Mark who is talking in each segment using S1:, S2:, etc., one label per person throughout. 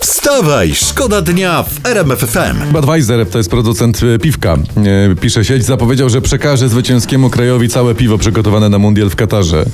S1: Wstawaj, szkoda dnia w RMF FM.
S2: Budweiser to jest producent y, piwka. Y, Pisze sieć, zapowiedział, że przekaże zwycięskiemu krajowi całe piwo przygotowane na mundial w Katarze.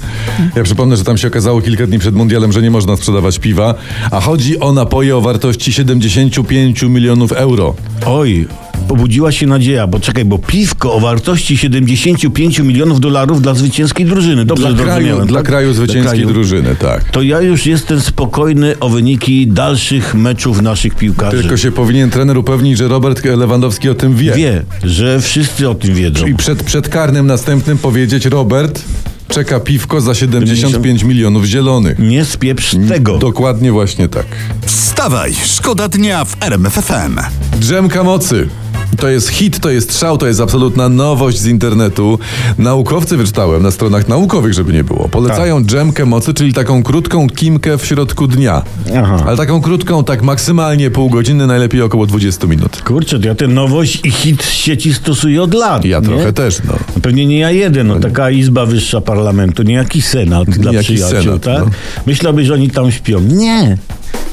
S2: Ja przypomnę, że tam się okazało kilka dni przed mundialem, że nie można sprzedawać piwa, a chodzi o napoje o wartości 75 milionów euro.
S3: Oj, pobudziła się nadzieja, bo czekaj, bo piwko o wartości 75 milionów dolarów dla zwycięskiej drużyny. Dobrze
S2: Dla kraju,
S3: zrozumiałem.
S2: dla
S3: tak?
S2: kraju
S3: Dla
S2: zwycięskiej
S3: kraju.
S2: drużyny, tak.
S3: To ja już jestem spokojny o wyniki dalszych meczów naszych piłkarzy.
S2: Tylko się powinien trener upewnić, że Robert Lewandowski o tym wie.
S3: Wie, że wszyscy o tym wiedzą.
S2: I przed, przed karnym następnym powiedzieć, Robert, czeka piwko za 75 milionów zielonych.
S3: Nie spieprz
S2: Mm,
S3: tego.
S2: Dokładnie właśnie tak.
S1: Wstawaj, szkoda dnia w RMF FM.
S2: Drzemka mocy. To jest hit, to jest szał, to jest absolutna nowość z internetu. Naukowcy, wyczytałem na stronach naukowych, żeby nie było, polecają
S3: Tak.
S2: drzemkę mocy, czyli taką krótką kimkę w środku dnia.
S3: Aha.
S2: Ale taką krótką, tak maksymalnie pół godziny, najlepiej około 20 minut.
S3: Kurczę, to ja tę nowość i hit z sieci stosuję od lat.
S2: Ja
S3: nie?
S2: trochę też, no.
S3: Pewnie nie ja jeden, no taka Izba Wyższa Parlamentu, niejaki Senat dla
S2: Niejaki
S3: przyjaciół,
S2: Senat,
S3: tak?
S2: no.
S3: Myślałbyś, że oni tam śpią. Nie!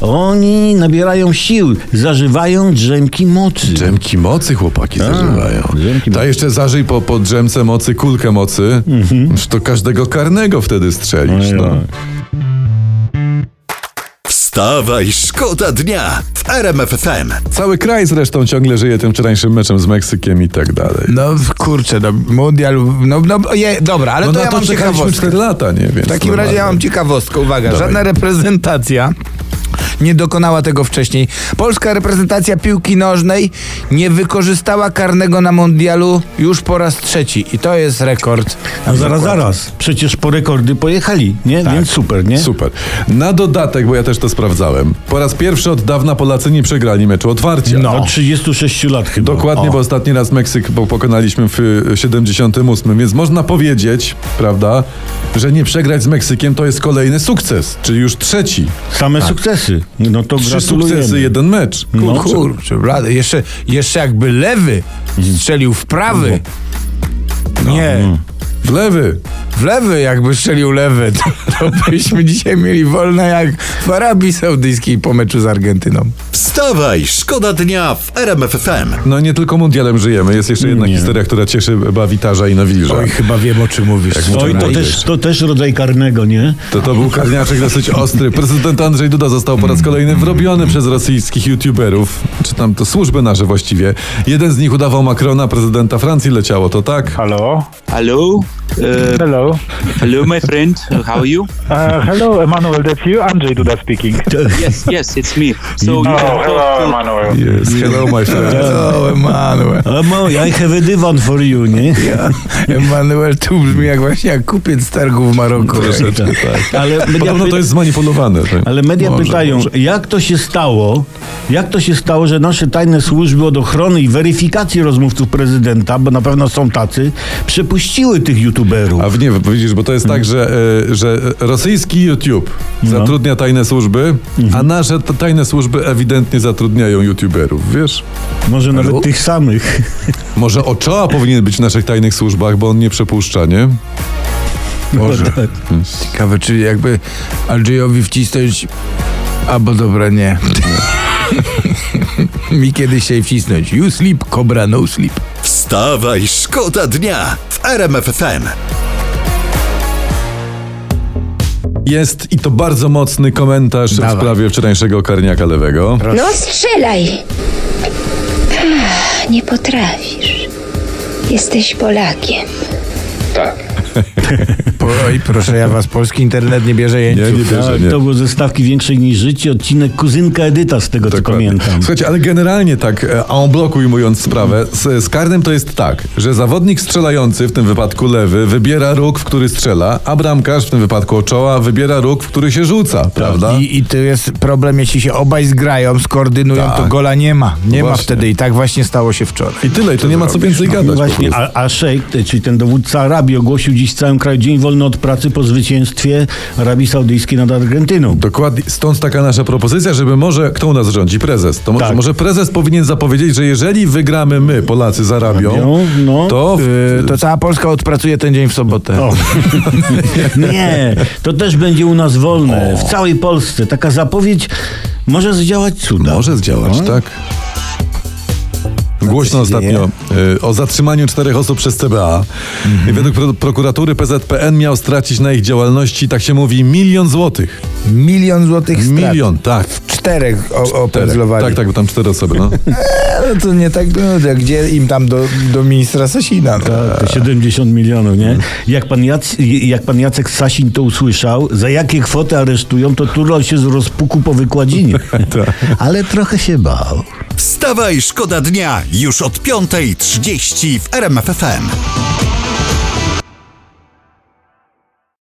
S3: Oni nabierają sił, zażywają drzemki mocy.
S2: Drzemki mocy chłopaki zażywają.
S3: drzemki
S2: Ta
S3: mocy.
S2: jeszcze zażyj po, po drzemce mocy kulkę mocy,
S3: Mhm.
S2: już to każdego karnego wtedy strzelisz, no.
S1: Wstawaj, szkoda dnia w RMF FM.
S2: Cały kraj zresztą ciągle żyje tym wczorajszym meczem z Meksykiem i tak dalej.
S4: No kurczę, no, mundial. No, no je, dobra, ale
S2: No
S4: to
S2: na
S4: ja
S2: to
S4: mam
S2: czekaliśmy
S4: ciekawostkę.
S2: 4 lata, nie wiem.
S4: W takim razie ja mam ciekawostkę. Uwaga, żadna reprezentacja nie dokonała tego wcześniej. Polska reprezentacja piłki nożnej nie wykorzystała karnego na mundialu już po raz trzeci. I to jest rekord.
S2: No,
S3: A No zaraz, zaraz. Przecież po rekordy pojechali, nie?
S2: Tak.
S3: Więc super, nie?
S2: Super. Na dodatek, bo ja też to sprawdzałem. Po raz pierwszy od dawna Polacy nie przegrali meczu otwarcia.
S3: Od 36 lat chyba.
S2: no. Dokładnie, bo ostatni raz Meksyk po- pokonaliśmy w y, 78, więc można powiedzieć, prawda, że nie przegrać z Meksykiem to jest kolejny sukces, czyli już trzeci.
S3: Same sukcesy. No to
S2: tak. Trzy
S3: gratulujemy.
S2: sukcesy, jeden mecz.
S3: No.
S2: Kurczę.
S4: Kurczę, blady. Jeszcze, jeszcze jakby lewy strzelił w prawy.
S2: No.
S4: Nie,
S2: W lewy.
S4: w lewy jakby strzelił lewy, to, to byśmy dzisiaj mieli wolne jak w Arabii Saudyjskiej po meczu z Argentyną.
S1: Wstawaj, szkoda dnia w RMF FM.
S2: No nie tylko mundialem żyjemy, jest jeszcze jedna
S3: Nie.
S2: historia, która cieszy Bawitarza i Nowilża.
S4: chyba wiem o czym mówisz.
S3: Oj, No to też, to też rodzaj karnego, nie?
S2: To to był karniaczek dosyć ostry. Prezydent Andrzej Duda został po raz kolejny wrobiony przez rosyjskich youtuberów, czy tam to służby nasze właściwie. Jeden z nich udawał Macrona, prezydenta Francji leciało, to tak?
S5: Hello.
S6: Hello. Uh,
S5: Hello.
S6: hello, my friend. How are you?
S5: Uh, hello, Emmanuel. That's you, Andrzej Duda speaking.
S6: Yes, yes, it's me. So you
S5: Oh,
S6: can
S5: hello,
S6: talk
S5: Emmanuel.
S2: Yes, hello my friend.
S4: O, Emanuel.
S3: A mo, I have a divan for you, nie?
S4: Emanuel tu brzmi jak właśnie jak kupiec targu w Maroku.
S3: Ale media,
S2: Podobno tak. to jest zmanipulowane. tak?
S3: ale media pytają, jak to się stało, jak to się stało, że nasze tajne służby od ochrony i weryfikacji rozmówców prezydenta, bo na pewno są tacy, przepuściły tych youtuberów.
S2: A w nie, widzisz, bo to jest tak, że, e, że rosyjski YouTube
S3: No.
S2: zatrudnia tajne służby,
S3: Mhm.
S2: a nasze t- tajne służby ewidentnie zatrudniają youtuberów, wiesz?
S3: Może nawet tych samych.
S2: Może Oczoła powinien być w naszych tajnych służbach, bo on nie przepuszcza, nie?
S4: Może. Ciekawe, czy jakby Andrzejowi wcisnąć... Albo dobra, nie. Mi kiedyś się wcisnąć. You sleep, cobra, no sleep.
S1: Wstawaj, szkoda dnia w RMF FM.
S2: Jest i to bardzo mocny komentarz w
S4: Dawaj.
S2: sprawie wczorajszego karniaka lewego.
S7: No strzelaj! Ach, Nie potrafisz. Jesteś Polakiem.
S4: Oj, proszę ja was, polski internet nie bierze
S2: Nie, nie
S4: jeńców.
S2: bierze,
S3: Tak,
S2: nie.
S3: to było ze stawki większej niż życie, odcinek kuzynka Edyta z tego co
S2: Dokładnie.
S3: pamiętam.
S2: Słuchajcie, ale generalnie tak, e, en bloc ujmując sprawę, z, z karnym to jest tak, że zawodnik strzelający, w tym wypadku lewy, wybiera róg, w który strzela, a bramkarz, w tym wypadku oczoła, wybiera róg, w który się rzuca,
S3: Tak,
S2: prawda?
S4: I, I to jest problem, jeśli się obaj zgrają, skoordynują,
S2: Tak.
S4: to gola nie ma. Nie ma
S2: Właśnie.
S4: wtedy i tak właśnie stało się wczoraj.
S2: I tyle, i tu nie ma co więcej gadać po
S3: No Właśnie,
S2: prostu.
S3: a, a szejk, czyli ten dowódca Arabii ogłosił dziś w całym kraju dzień wolny wolny od pracy po zwycięstwie Arabii Saudyjskiej nad Argentyną.
S2: Dokładnie, stąd taka nasza propozycja, żeby może, kto u nas rządzi? Prezes. To może,
S3: Tak.
S2: może prezes powinien zapowiedzieć, że jeżeli wygramy my, Polacy, z Arabią,
S3: Arabią, no.
S2: to...
S4: Yy, to cała Polska odpracuje ten dzień w sobotę.
S3: O. Nie, to też będzie u nas wolne, w całej Polsce. Taka zapowiedź może zdziałać cuda. No.
S2: Może zdziałać, tak? Głośno
S4: się
S2: ostatnio y, o zatrzymaniu czterech osób przez CBA. I Według pro, prokuratury PZPN miał stracić na ich działalności, tak się mówi, milion złotych.
S4: Milion złotych strat.
S2: Milion, tak.
S4: Czterech o-
S2: Czterech.
S4: opędzlowali.
S2: Tak, tak, bo tam cztery osoby, no.
S4: No to nie tak dużo. Gdzie im tam do, do ministra Sasina? No.
S3: Tak, te 70 milionów, nie? Jak pan, Jac, jak pan Jacek Sasin to usłyszał, za jakie kwoty aresztują, to turlał się z rozpuku po wykładzinie.
S2: Tak.
S3: Ale trochę się bał.
S1: Wstawaj, szkoda dnia już od 5.30 w RMFFM.